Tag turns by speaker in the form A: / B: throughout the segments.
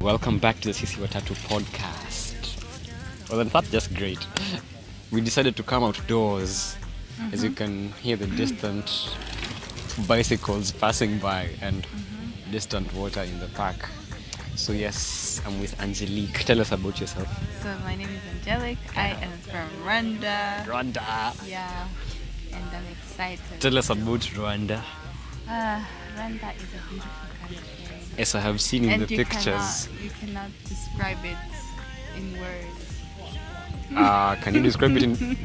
A: Welcome back to the CC Watatu podcast. Well, in fact, just great. We decided to come outdoors, as
B: Mm-hmm.
A: you can hear the distant bicycles passing by and
B: Mm-hmm.
A: distant water in the park. So, yes, I'm with Angelique. Tell us about yourself.
B: So my name is Angelic. I am from Rwanda.
A: Rwanda.
B: Yeah, and I'm excited.
A: Tell us about Rwanda.
B: Ah, Rwanda is a beautiful country.
A: As I have seen in
B: and
A: the
B: you
A: pictures.
B: cannot you cannot describe it in words.
A: Ah, can you describe it in?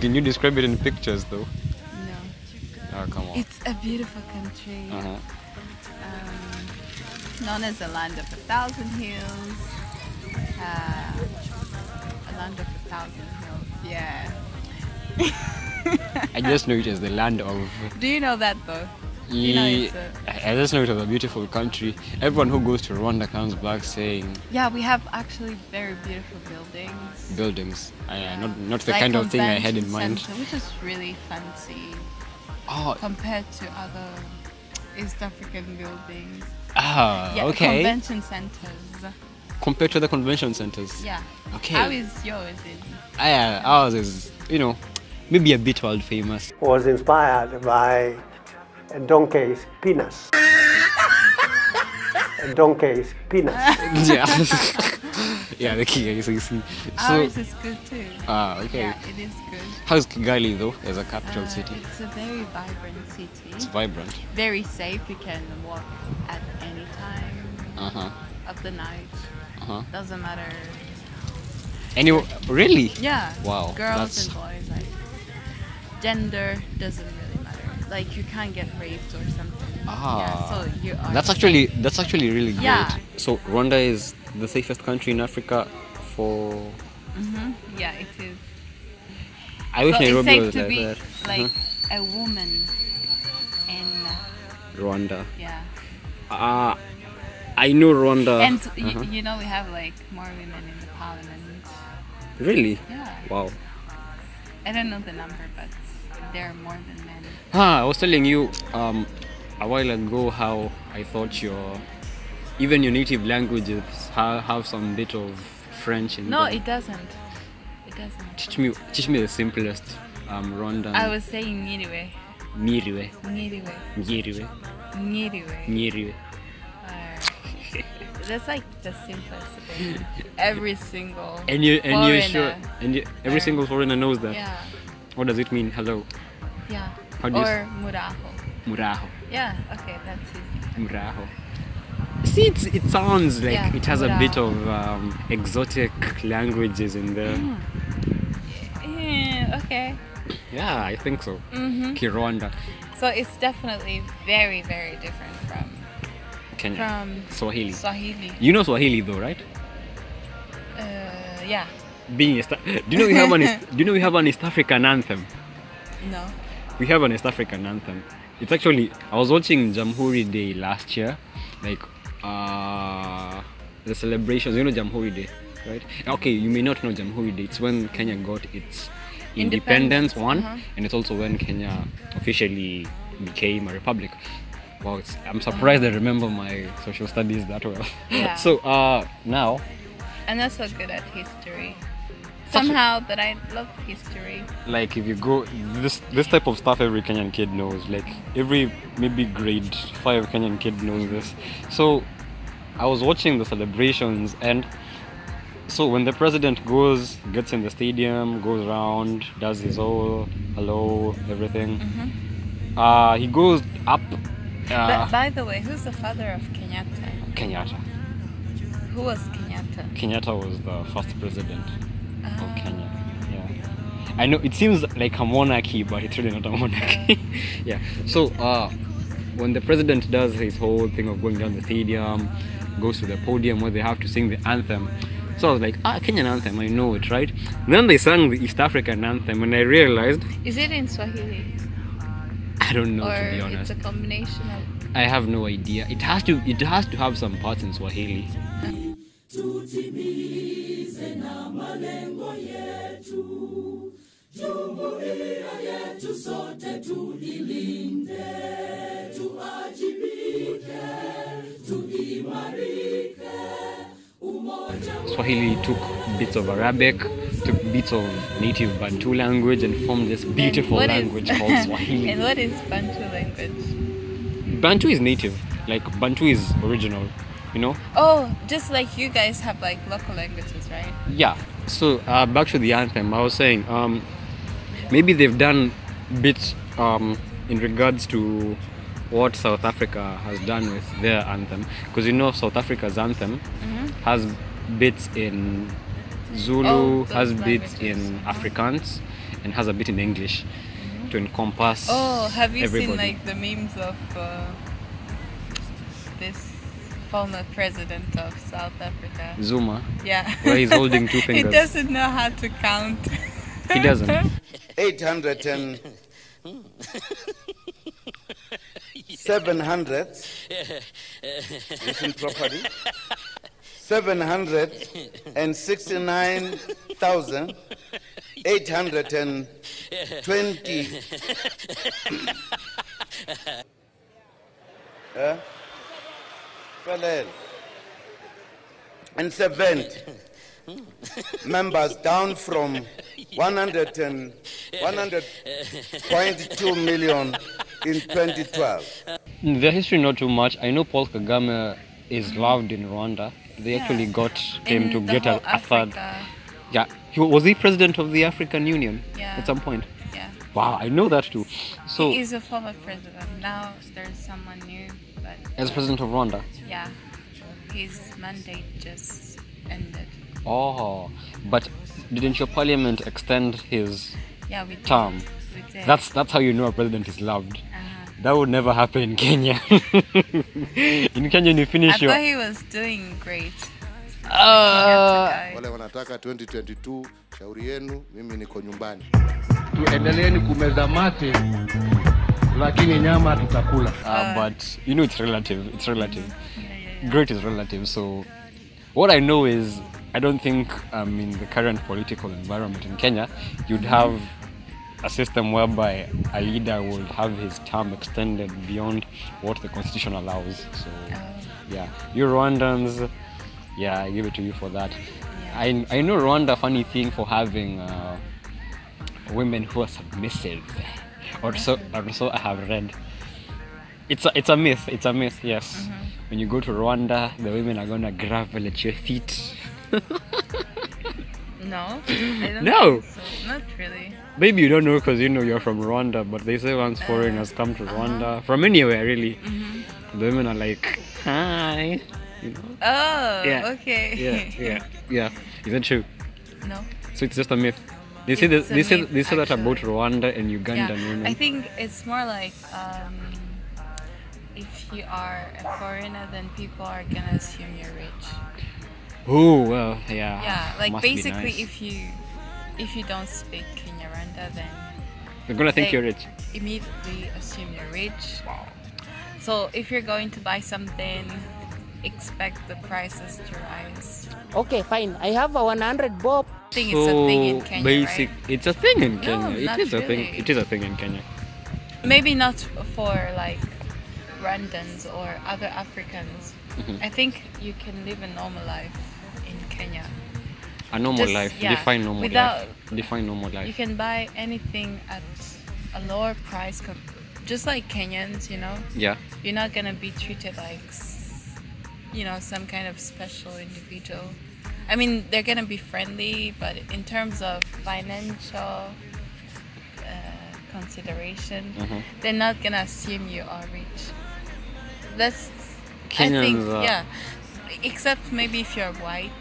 A: Can you describe it in pictures though?
B: No,
A: Oh, come on.
B: it's a beautiful country,
A: Uh-huh.
B: um, known as the land of a thousand hills. Uh, a land of a thousand hills. Yeah.
A: I just know it as the land of.
B: Do you know that though? You know it's a-
A: I I just know it as a beautiful country. Everyone who goes to Rwanda comes back saying
B: Yeah, we have actually very beautiful buildings.
A: buildings. I, I- not not the
B: Like
A: kind of thing I had in
B: convention
A: mind.
B: center, which is really fancy
A: Oh,
B: compared to other East African buildings.
A: ah,
B: Yeah,
A: okay.
B: Convention centers.
A: Compared to the convention centers.
B: Yeah.
A: Okay.
B: How is yours in?
A: I, ours is, you know, maybe a bit world famous.
C: was inspired by a donkey's penis. a donkey's penis.
A: yeah. yeah, the key is easy. So,
B: Ours is good too.
A: ah, okay.
B: Yeah, it is good.
A: How's Kigali though, as a capital
B: Uh,
A: city?
B: It's a very vibrant
A: It's
B: city.
A: vibrant.
B: Very safe. You can walk at any time
A: Uh huh.
B: of the night.
A: Uh huh.
B: Doesn't matter
A: Anyway, really?
B: Yeah.
A: Wow,
B: Girls
A: that's-
B: and boys, like gender doesn't really matter. Like you can't get raped or something.
A: Ah.
B: Yeah, so you are.
A: That's
B: safe.
A: actually that's actually really great.
B: Yeah.
A: So Rwanda is the safest country in Africa for.
B: Yeah, it is.
A: I wish
B: so it's
A: Nairobi
B: safe
A: was
B: to
A: like
B: be
A: that. Mm-hmm.
B: like a woman. And uh,
A: Rwanda.
B: yeah,
A: Ah, I know Rwanda.
B: and y-
A: Uh-huh.
B: you know we have like more women in the parliament.
A: really?
B: Yeah.
A: Wow.
B: I don't know the number, but there are more than men.
A: Ah, I was telling you um, a while ago how I thought your even your native languages have, have some bit of French in
B: No,
A: them.
B: it doesn't. It doesn't.
A: teach me teach me the simplest um, Rwandan.
B: I was saying Niriwe.
A: Miriwe,
B: Niriwe.
A: Miriwe,
B: Niriwe.
A: Miriwe.
B: That's like the simplest thing. Every single
A: And you and you sure
B: foreigner.
A: and you, every
B: Or-
A: single foreigner knows that.
B: Yeah,
A: What does it mean? Hello,
B: yeah.
A: How do you
B: or
A: s-
B: muraho.
A: muraho,
B: Yeah. Okay, that's it.
A: muraho. See, it's, it sounds like
B: Yeah,
A: it has a bit
B: muraho.
A: of um, exotic languages in there.
B: Hmm. Eh, okay.
A: Yeah, I think so.
B: Mhm.
A: Kirwanda,
B: So it's definitely very, very different from
A: Kenya,
B: from
A: Swahili.
B: Swahili.
A: You know Swahili though, right?
B: Uh, yeah.
A: Being East, do you know we have an East, do you know we have an East African anthem?
B: No.
A: We have an East African anthem. It's actually I was watching Jamhuri Day last year, like uh, the celebrations. You know Jamhuri Day, right? Okay, you may not know Jamhuri Day. It's when Kenya got its independence,
B: Independence,
A: one,
B: uh-huh.
A: and it's also when Kenya officially became a republic. Wow, it's, I'm surprised I remember my social studies that well.
B: Yeah.
A: so uh, now
B: I'm not so good at history. Somehow, but I love history.
A: like if you go this this type of stuff every kenyan kid knows like every maybe grade five kenyan kid knows this so i was watching the celebrations and so when the president goes gets in the stadium goes around does his whole hello everything uh, he goes up uh,
B: but by the way, who's the father of Kenyatta?
A: kenyatta
B: Who was Kenyatta?
A: kenyatta was the first president of
B: Ah.
A: Kenya. Yeah. I know it seems like a monarchy, but it's really not a monarchy. yeah. So uh, when the president does his whole thing of going down the stadium, goes to the podium where they have to sing the anthem. So I was like, ah, Kenyan anthem, I know it, right? Then they sang the East African anthem, and I realized
B: Is it in Swahili?
A: I don't know
B: or
A: to be
B: it's
A: honest.
B: a combination of
A: I have no idea. It has to. It has to have some parts in Swahili. Swahili took bits of Arabic, took bits of native Bantu language, and formed this beautiful
B: And what is-
A: language called Swahili.
B: and what is Bantu language?
A: Bantu is native. Like Bantu is original, you know?
B: Oh, just like you guys have like local languages, right?
A: Yeah. So uh, back to the anthem, I was saying um, maybe they've done bits um, in regards to what South Africa has done with their anthem, because you know South Africa's anthem
B: Mm-hmm.
A: has bits in
B: Oh,
A: Zulu,
B: those
A: has bits
B: languages.
A: in Afrikaans, and has a bit in English to encompass.
B: Mm-hmm. Oh, have you
A: everybody.
B: seen like the memes of uh, this former president of South Africa?
A: Zuma?
B: Yeah.
A: Where he's holding two
B: he
A: fingers.
B: doesn't know how to count.
A: He doesn't.
D: 800 and 700 listen properly 769,820 Huh? Felel. and 70 members down from 100 and 100.2 million in 2012.
A: In Their history not too much. I know Paul Kagame is loved in Rwanda. They actually got him
B: In
A: to
B: the
A: get
B: whole
A: a, a third.
B: Africa,
A: Yeah, he was he president of the African Union
B: Yeah.
A: at some point.
B: Yeah.
A: Wow, I know that too. So
B: He is a former president. Now there's someone new, but
A: as president of Rwanda.
B: yeah, his mandate just ended.
A: Oh, but didn't your parliament extend his?
B: Yeah, we did.
A: Tom,
B: We did.
A: That's that's how you know a president is loved.
B: Uh-huh.
A: That would never happen in Kenya. in Kenya, you
B: I
A: finish your.
B: thought he was doing great.
A: Uh,
B: That's
E: wale wanataka 2022 shauri yenu mimi niko nyumbani
F: tuendeleeni kumeza mate, lakini nyama tutakula.
A: uh, but you know it's relative. It's relative.
B: a guy. Yeah, yeah, yeah.
A: great is relative. So, what I know is, I don't think um, in the current political environment in Kenya, you'd have a system whereby a leader would have his term extended beyond what the constitution allows. So, yeah, you Rwandans, yeah, I give it to you for that. I, I know Rwanda, funny thing for having uh, women who are submissive, or so, or so I have read it's a, it's a myth. It's a myth. Yes.
B: Mm-hmm.
A: When you go to Rwanda, the women are gonna gravel at your feet.
B: No, I don't
A: No.
B: think so. Not really.
A: Maybe you don't know because you know you're from Rwanda, but they say once foreigners come
B: Uh-huh.
A: to Rwanda from anywhere really,
B: Mm-hmm.
A: the women are like, hi. You know?
B: Oh,
A: Yeah.
B: okay.
A: Yeah, yeah, yeah. Is that true?
B: no.
A: So it's just a myth. They say
B: It's
A: that,
B: a
A: they say
B: myth,
A: they say that about
B: actually.
A: Rwanda and Ugandan
B: yeah.
A: women.
B: I think it's more like um, if you are a foreigner, then people are gonna assume you're rich.
A: oh well, yeah.
B: Yeah, like
A: must be
B: basically,
A: nice.
B: if you if you don't speak Kinyarwanda, then
A: they're gonna think
B: they
A: you're rich.
B: Immediately assume you're rich. Wow. So if you're going to buy something, expect the prices to rise.
G: Okay, fine. I have a 100 bob.
B: I think it's a thing in
A: So
B: Kenya,
A: basic.
B: right?
A: It's a thing in Kenya.
B: not
A: it is a thing.
B: really.
A: It is a thing in Kenya.
B: Maybe not for like Rwandans or other Africans.
A: Mm-hmm.
B: I think you can live a normal life in Kenya.
A: A normal
B: Just-
A: life.
B: yeah,
A: Define normal
B: without-
A: life. Define normal
B: You
A: life.
B: can buy anything at a lower price, com- just like Kenyans, you know.
A: Yeah.
B: You're not gonna be treated like, s- you know, some kind of special individual. I mean, they're gonna be friendly, but in terms of financial uh, consideration,
A: Mm-hmm.
B: they're not gonna assume you are rich. That's, I think,
A: Kenyans are-
B: yeah. Except maybe if you're white.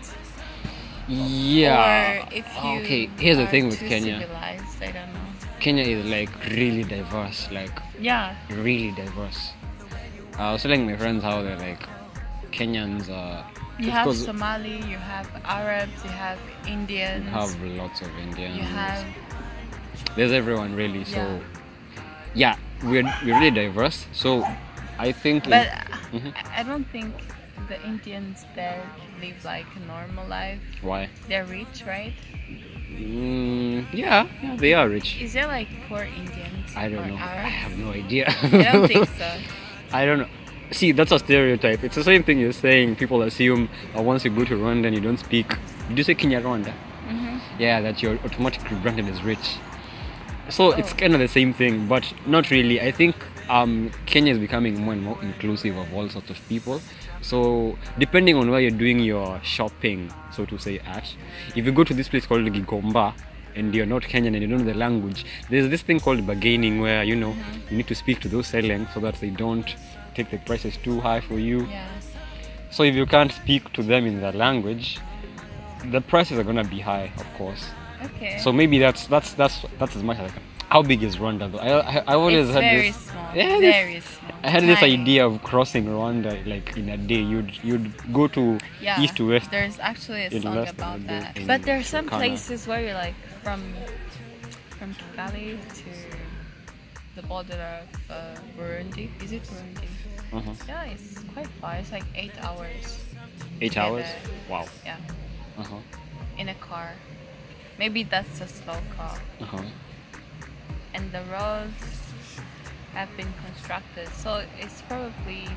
A: Yeah. Oh,
B: Or if you
A: okay. Here's the
B: are
A: thing with
B: too
A: Kenya.
B: Civilized, I don't know.
A: Kenya is like really diverse. Like
B: Yeah.
A: really diverse. I was telling my friends how they're like Kenyans are.
B: You
A: of
B: have
A: course,
B: Somali, you have Arabs, you have Indians,
A: you have lots of Indians.
B: you have
A: there's everyone really. So yeah, we're we're really diverse. So I think. in-
B: but
A: Mm-hmm.
B: I I don't think the Indians there live like a normal life.
A: why?
B: They're rich, right?
A: Mm, yeah, yeah, they are rich.
B: Is there like poor Indians?
A: I don't
B: or
A: know. I
B: Arabs?
A: have no idea.
B: I don't think so.
A: I don't know. See, that's a stereotype. It's the same thing you're saying. People assume uh, once you go to Rwanda and you don't speak, did you say Kinyarwanda? Yeah, that you're automatically branded as rich. So it's kind of the same thing, but not really. I think um, Kenya is becoming more and more inclusive of all sorts of people. So depending on where you're doing your shopping, so to say, at, if you go to this place called Gigomba and you're not Kenyan and you don't know the language, there's this thing called bargaining where you know you need to speak to those selling so that they don't take the prices too high for you.
B: Yeah.
A: So if you can't speak to them in their language, the prices are gonna be high, of course.
B: Okay.
A: So maybe that's that's that's that's as much as I can. How big is Rwanda though? I I, I always
B: it's
A: had
B: very
A: this.
B: small.
A: Yeah, this-
B: very small.
A: I had this
B: Tiny.
A: idea of crossing Rwanda like in a day. You'd you'd go to
B: Yeah,
A: east to west.
B: There's actually a
A: in
B: song
A: west
B: about
A: and then
B: that.
A: in
H: But there are some
A: Turkana.
H: places where you're like,
B: From from Kigali to the border of uh, Burundi. Is it Burundi?
A: Mhm.
B: Yeah, it's quite far. It's like eight hours.
A: Eight
B: Yeah,
A: hours.
B: the-
A: Wow.
B: Yeah,
A: Uh huh.
B: in a car. Maybe that's a slow car.
A: Uh huh.
B: and the roads have been constructed, so it's probably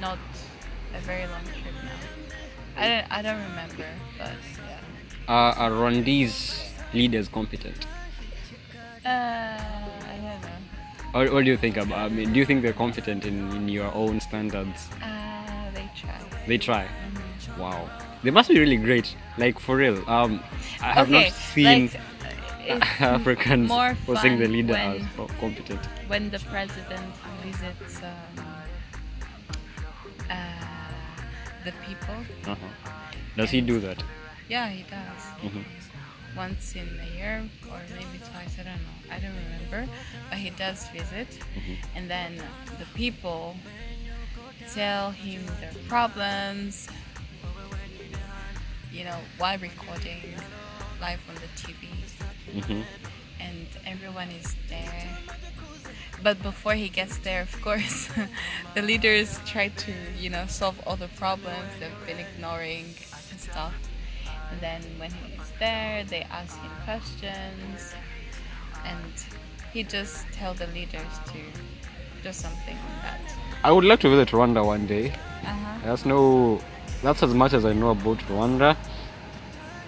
B: not a very long trip now. I don't, I don't remember, but yeah.
A: Are, are Rwandese leaders competent?
B: Uh, I don't know.
A: Or what do you think about? I mean, do you think they're competent in, in your own standards?
B: Uh, they try.
A: They try.
B: Mm-hmm.
A: Wow. They must be really great. Like for real. Um, I have
B: okay,
A: not seen
B: like, it's
A: Africans
B: more
A: posing the
B: fun
A: leader
B: when-
A: as co- competent.
B: when the president visits um, uh, the people.
A: Uh-huh. Does he do that?
B: Yeah, he does. once in a year or maybe twice. I don't know. I don't remember. But he does visit, and then the people tell him their problems. You know why recording live on the TV,
A: Mm-hmm.
B: and everyone is there. But before he gets there, of course, the leaders try to, you know, solve all the problems they've been ignoring and stuff. And then when he's there, they ask him questions, and he just tell the leaders to do something on that.
A: I would like to visit Rwanda one day.
B: Uh-huh.
A: That's no. That's as much as I know about Rwanda.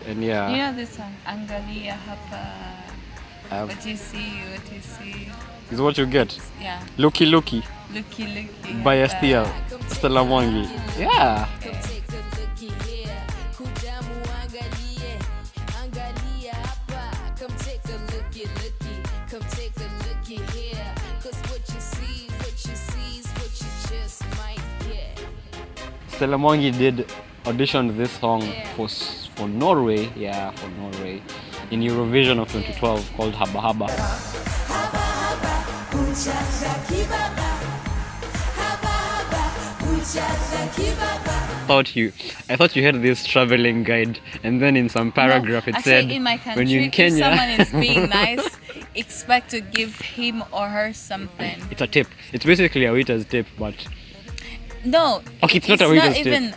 A: And yeah,
B: You know this song, Angalia Hapa.
A: I have-
B: What you see, what you see.
A: um, is what you get.
B: Yeah,
A: Lucky Lucky
B: looky, looky.
A: by
B: hapa.
A: Estelle Stella Mwangi. Yeah. Stella Mwangi did audition this song for s- for Norway. Yeah, for Norway. In Eurovision of 2012 called Haba Haba. thought you I thought you had this traveling guide and then in some paragraph
B: No,
A: it
B: actually,
A: said
B: in my country,
A: when you're in Kenya
B: if someone is being nice, expect to give him or her something.
A: It's a tip. It's basically a waiter's tip, but
B: No.
A: Okay, it's not a Uh-huh. waiter's tip.
B: even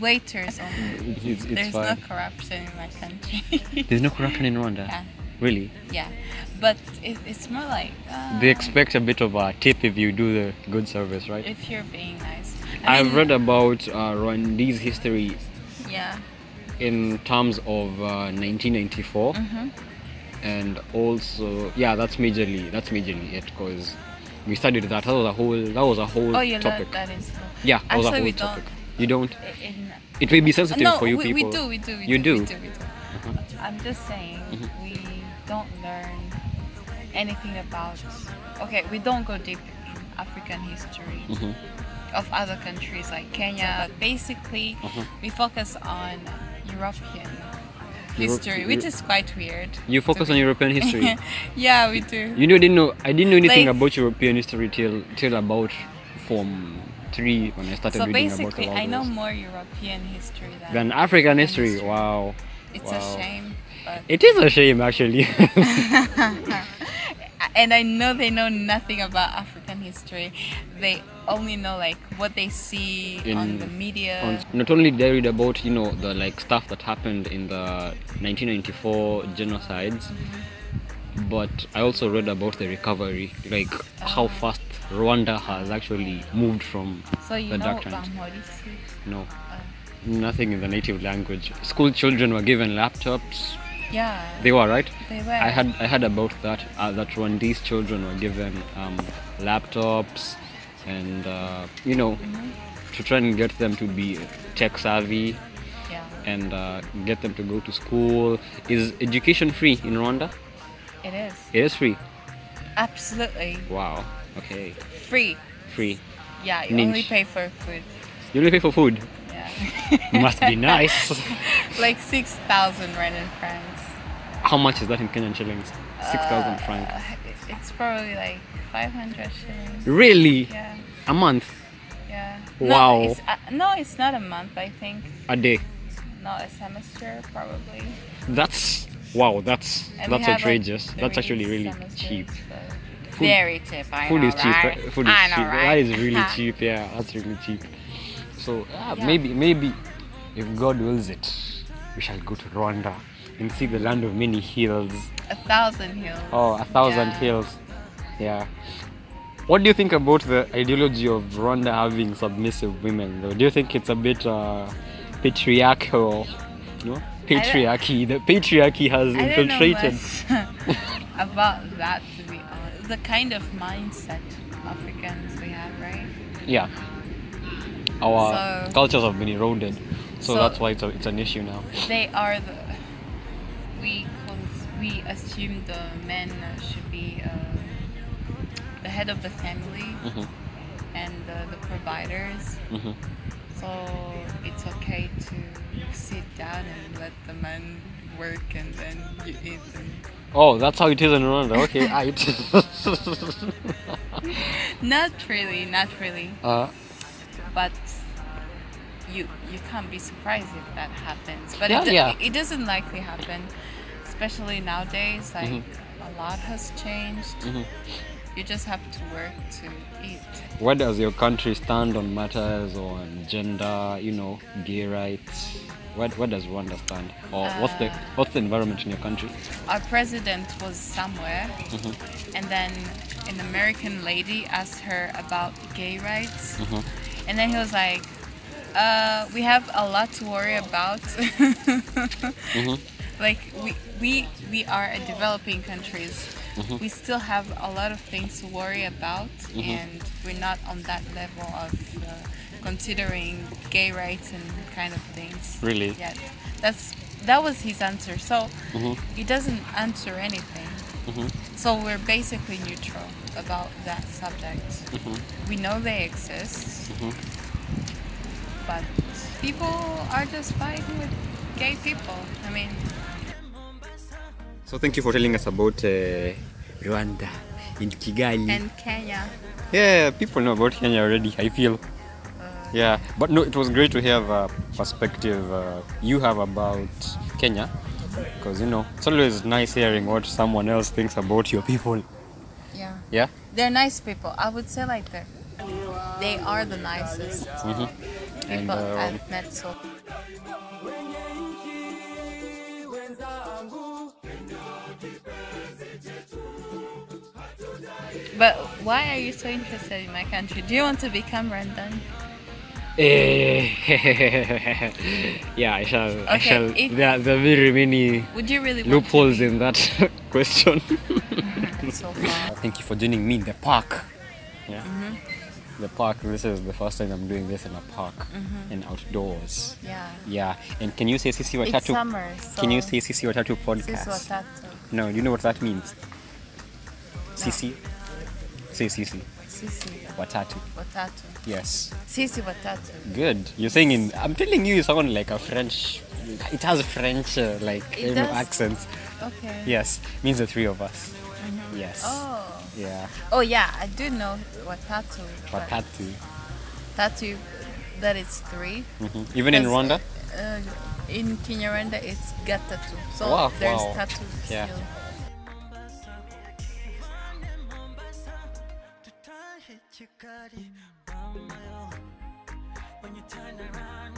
B: waiters only.
A: it's, it's
B: There's
A: fine.
B: no corruption in my country.
A: There's no corruption in Rwanda.
B: Yeah.
A: Really?
B: yeah, but it, it's more like uh,
A: They expect a bit of a tip if you do the good service, right?
B: uh, if you're being nice.
A: I've read about uh, Rwandese history
B: Yeah,
A: in terms of uh, 1994
B: Mm-hmm.
A: and also yeah that's majorly that's majorly it because we studied that that was a whole that was a whole
B: oh, you
A: topic
B: learned that in school.
A: yeah oh, that was a
B: actually,
A: whole
B: we
A: topic
B: don't.
A: you don't
B: In,
A: It may be sensitive
B: no,
A: for you
B: we,
A: people.
B: we do, we do, we
A: you
B: do.
A: do. Mm-hmm.
B: We do, we do. I'm just saying we don't learn anything about. Okay, we don't go deep in African history
A: Mm-hmm.
B: of other countries like Kenya. But basically,
A: Mm-hmm.
B: we focus on European history, which
A: Euro-
B: is quite weird.
A: You
B: to
A: focus on
B: be-
A: European history.
B: yeah, we do.
A: you know, I didn't know I didn't know anything
B: Like-
A: about European history till till about form three when I started
B: So
A: reading about
B: basically,
A: all
B: I know
A: this.
B: more European history than
A: Then African history. Wow.
B: It's
A: Wow.
B: a shame, but
A: It is a shame, actually.
B: and I know they know nothing about African history. They only know like what they see on
A: In-
B: the media.
A: On- Not only did I read about you know the like stuff that happened in the 1994 genocides, but I also read about the recovery, like how fast Rwanda has actually moved from
B: So you
A: the
B: know uh,
A: dark times.
B: Bamhori speaks?
A: No, nothing in the native language. School children were given laptops.
B: Yeah.
A: They were right.
B: They were.
A: I had I had about that uh, that Rwandese children were given um, laptops, and uh, you know,
B: Mm-hmm.
A: to try and get them to be tech savvy
B: yeah.
A: and uh, get them to go to school. Is education free in Rwanda?
B: It is.
A: It is free.
B: Absolutely
A: Wow. Okay.
B: free.
A: Free.
B: Yeah, you
A: Ninch.
B: only pay for food.
A: You only pay for food.
B: Yeah.
A: Must be nice.
B: like 6,000 rand in France.
A: How much is that in Kenyan shillings? Six thousand francs.
B: Uh, it- It's probably like 500 shillings.
A: Really?
B: Yeah,
A: A month?
B: yeah.
A: Wow.
B: No it's, uh, no, it's not a month, I think.
A: A day?
B: Not a semester, probably.
A: That's wow. That's
B: And we
A: that's
B: have, like,
A: outrageous. that's
B: three
A: actually really
B: semesters,
A: cheap.
B: so-
A: Food-
B: Very cheap, I
A: Food
B: know,
A: is cheap.
B: right?
A: right? Food is
B: I know,
A: cheap.
B: Right?
A: That is really cheap. Yeah, that's really cheap. So ah,
B: Yeah.
A: maybe maybe if God wills it, we shall go to Rwanda and see the land of many hills.
B: A thousand hills.
A: Oh, a thousand
B: Yeah.
A: hills. Yeah. What do you think about the ideology of Rwanda having submissive women? Though, do you think it's a bit uh, patriarchal? No, patriarchy. The patriarchy has
B: I don't know
A: infiltrated.
B: much about that, to be honest. The kind of mindset Africans we have, right?
A: Yeah. Our
B: So-
A: cultures have been eroded, so,
B: So-
A: that's why it's, a, it's an issue now.
B: They are the we cons- we assume the men should be uh, the head of the family
A: Mhm.
B: and uh, the providers.
A: Mhm.
B: So it's okay to sit down and let the men work, and then you eat them.
A: Oh, that's how it is in Rwanda. Okay, aight.
B: Not really, not really.
A: uh,
B: but you you can't be surprised if that happens. But
A: Yeah,
B: it, do-
A: yeah.
B: it doesn't likely happen, especially nowadays. Like
A: Mm-hmm.
B: a lot has changed. You just have to work to eat.
A: where does your country stand on matters on gender, you know, gay rights? Where, where does Rwanda stand? Or what's the what's the environment in your country?
B: Our president was somewhere,
A: Mm-hmm.
B: and then an American lady asked her about gay rights,
A: Mm-hmm.
B: and then he was like. Uh, we have a lot to worry about. like we, we we are a developing countries we still have a lot of things to worry about and we're not on that level of uh, considering gay rights and kind of things
A: Really?
B: yet that's that was his answer so he doesn't answer anything so we're basically neutral about that subject we know they exist but people are just fighting with gay people i mean
A: So thank you for telling us about uh, Rwanda in Kigali.
B: and Kenya.
A: Yeah, people know about Kenya already, I feel. Yeah, but no, it was great to have a perspective uh, you have about Kenya. Because, you know, it's always nice hearing what someone else thinks about your people.
B: Yeah.
A: Yeah?
B: They're nice people. I would say like they're they are the nicest people
A: Mm-hmm. And, uh,
B: I've met so But why are you so interested in my country? Do you want to become Rwandan?
A: Eh, yeah, I shall. I
B: Okay,
A: shall.
B: if-
A: There, are- there are very many
B: Would you really want to
A: loopholes
B: be
A: in that question.
B: so far?
A: Thank you for joining me in the park. Yeah.
B: Mm-hmm.
A: The park. This is the first time I'm doing this in a park and outdoors.
B: Yeah.
A: Yeah, and can you say Sisi
B: It's
A: Watatu?
B: summer, so
A: Can you say Sisi Watatu
B: this
A: podcast?
B: is what that's
A: No, do you know what that means? Sisi. Say Sisi
B: Sisi
A: Watatu.
B: Watatu.
A: Yes.
B: Sisi Watatu.
A: Good. You're saying in. I'm telling you, you sound like a French. It has French uh, like
B: It
A: you know,
B: does.
A: accents.
B: Okay.
A: Yes, means the three of us. Yes.
B: Oh.
A: Yeah.
B: Oh yeah, I do know what tattoo. but
A: Watatu.
B: Tattoo that it's three.
A: Mhm. Even in
B: Yes.
A: Rwanda.
B: Uh, in Kinyarwanda, it's gatatu. So
A: Wow,
B: there's
A: wow.
B: tattoo.
A: Yeah.
B: still.
H: When you turn around